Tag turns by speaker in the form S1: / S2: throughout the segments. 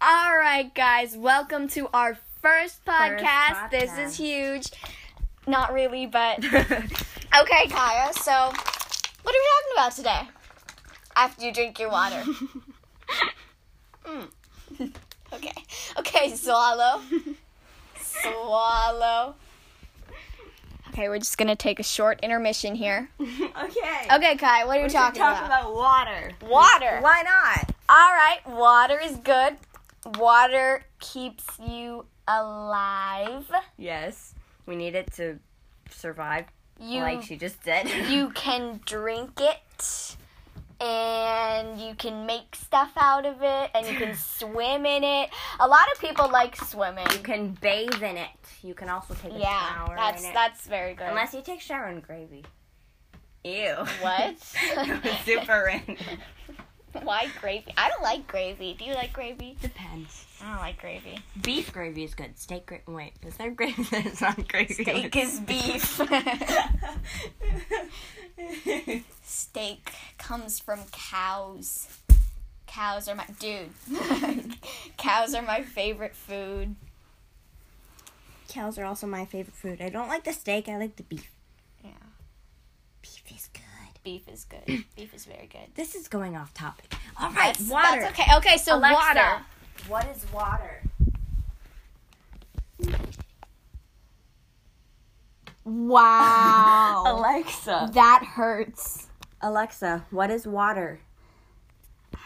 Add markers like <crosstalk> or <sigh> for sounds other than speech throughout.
S1: All right, guys, welcome to our first podcast. This
S2: podcast.
S1: is huge. Not really,
S2: <laughs>
S1: but <laughs> okay, Kaya. So, what are we talking about today? After you drink your
S2: <laughs>
S1: water. Mm. Okay. Okay, swallow. swallow. Okay, we're just gonna take a short intermission here.
S2: okay.
S1: Okay, Kai, what are you
S2: We should
S1: talking
S2: talk
S1: about?
S2: about water.
S1: Water.
S2: Why not?
S1: All right, water is good. Water keeps you alive.
S2: Yes, we need it to survive,
S1: You
S2: like she just did.
S1: <laughs> you can drink it and you can make stuff out of it and you
S2: <laughs>
S1: can swim in it. A lot of people like swimming.
S2: <laughs> You can bathe in it. You can also take a
S1: Yeah,
S2: shower
S1: that's
S2: in it.
S1: that's very good.
S2: Unless <laughs> you take shower in gravy. Ew. <laughs>
S1: What? <laughs>
S2: It was super random.
S1: Why gravy? I don't like gravy. Do you like gravy?
S2: Depends.
S1: I don't like gravy.
S2: Beef gravy is good. Steak gravy. Wait, is there gravy <laughs> that's not gravy?
S1: Steak is
S2: <laughs>
S1: beef. <laughs> steak comes from cows. Cows are my dude. <laughs> cows are my favorite food.
S2: Cows are also my favorite food. I don't like the steak. I like the beef.
S1: Yeah.
S2: Beef is good.
S1: Beef is good. Beef is very good.
S2: This is going off topic. All right,
S1: That's,
S2: water.
S1: That's okay. Okay, so
S2: Alexa,
S1: water.
S2: What is water?
S1: <laughs> Wow.
S2: Alexa.
S1: that hurts.
S2: Alexa, what is water?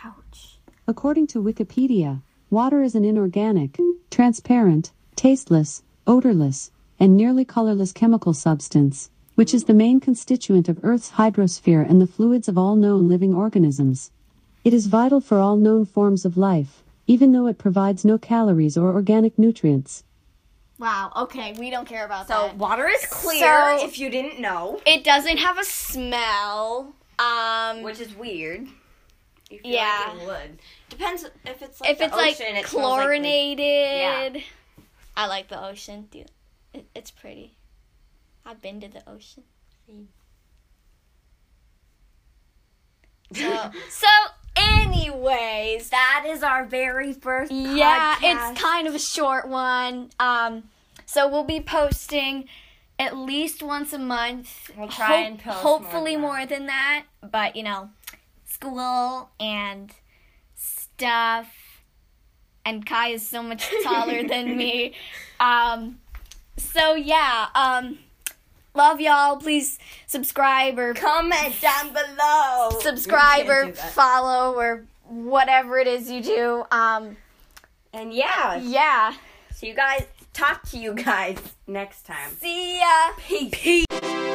S1: Ouch.
S3: According to Wikipedia, water is an inorganic, transparent, tasteless, odorless, and nearly colorless chemical substance, which is the main constituent of Earth's hydrosphere and the fluids of all known living organisms. It is vital for all known forms of life, even though it provides no calories or organic nutrients.
S1: Wow. Okay, we don't care about
S2: So
S1: that.
S2: Oh, water is clear.
S1: So-
S2: if you didn't know,
S1: It doesn't have a smell. Um
S2: which is weird. You feel
S1: Yeah.
S2: Like it would. Depends if it's like
S1: if
S2: the
S1: it's like
S2: ocean, it smells like the-
S1: chlorinated. I like the ocean. Do- it- It's pretty. I've been to the ocean. So, so anyways,
S2: that is our very first.
S1: yeah,
S2: podcast.
S1: it's kind of a short one. Um, so we'll be posting at least once a month.
S2: We'll try and post more than
S1: hopefully
S2: that.
S1: more than that, but you know, school and stuff. And Kai is so
S2: <laughs>
S1: much taller than me. Um, so yeah, um, love y'all. Please subscribe or
S2: comment down below.
S1: subscribe
S2: You
S1: or
S2: can't do that.
S1: follow or whatever it is you do. Um,
S2: And yeah,
S1: yeah.
S2: so you guys talk to you guys next time.
S1: See ya.
S2: Peace.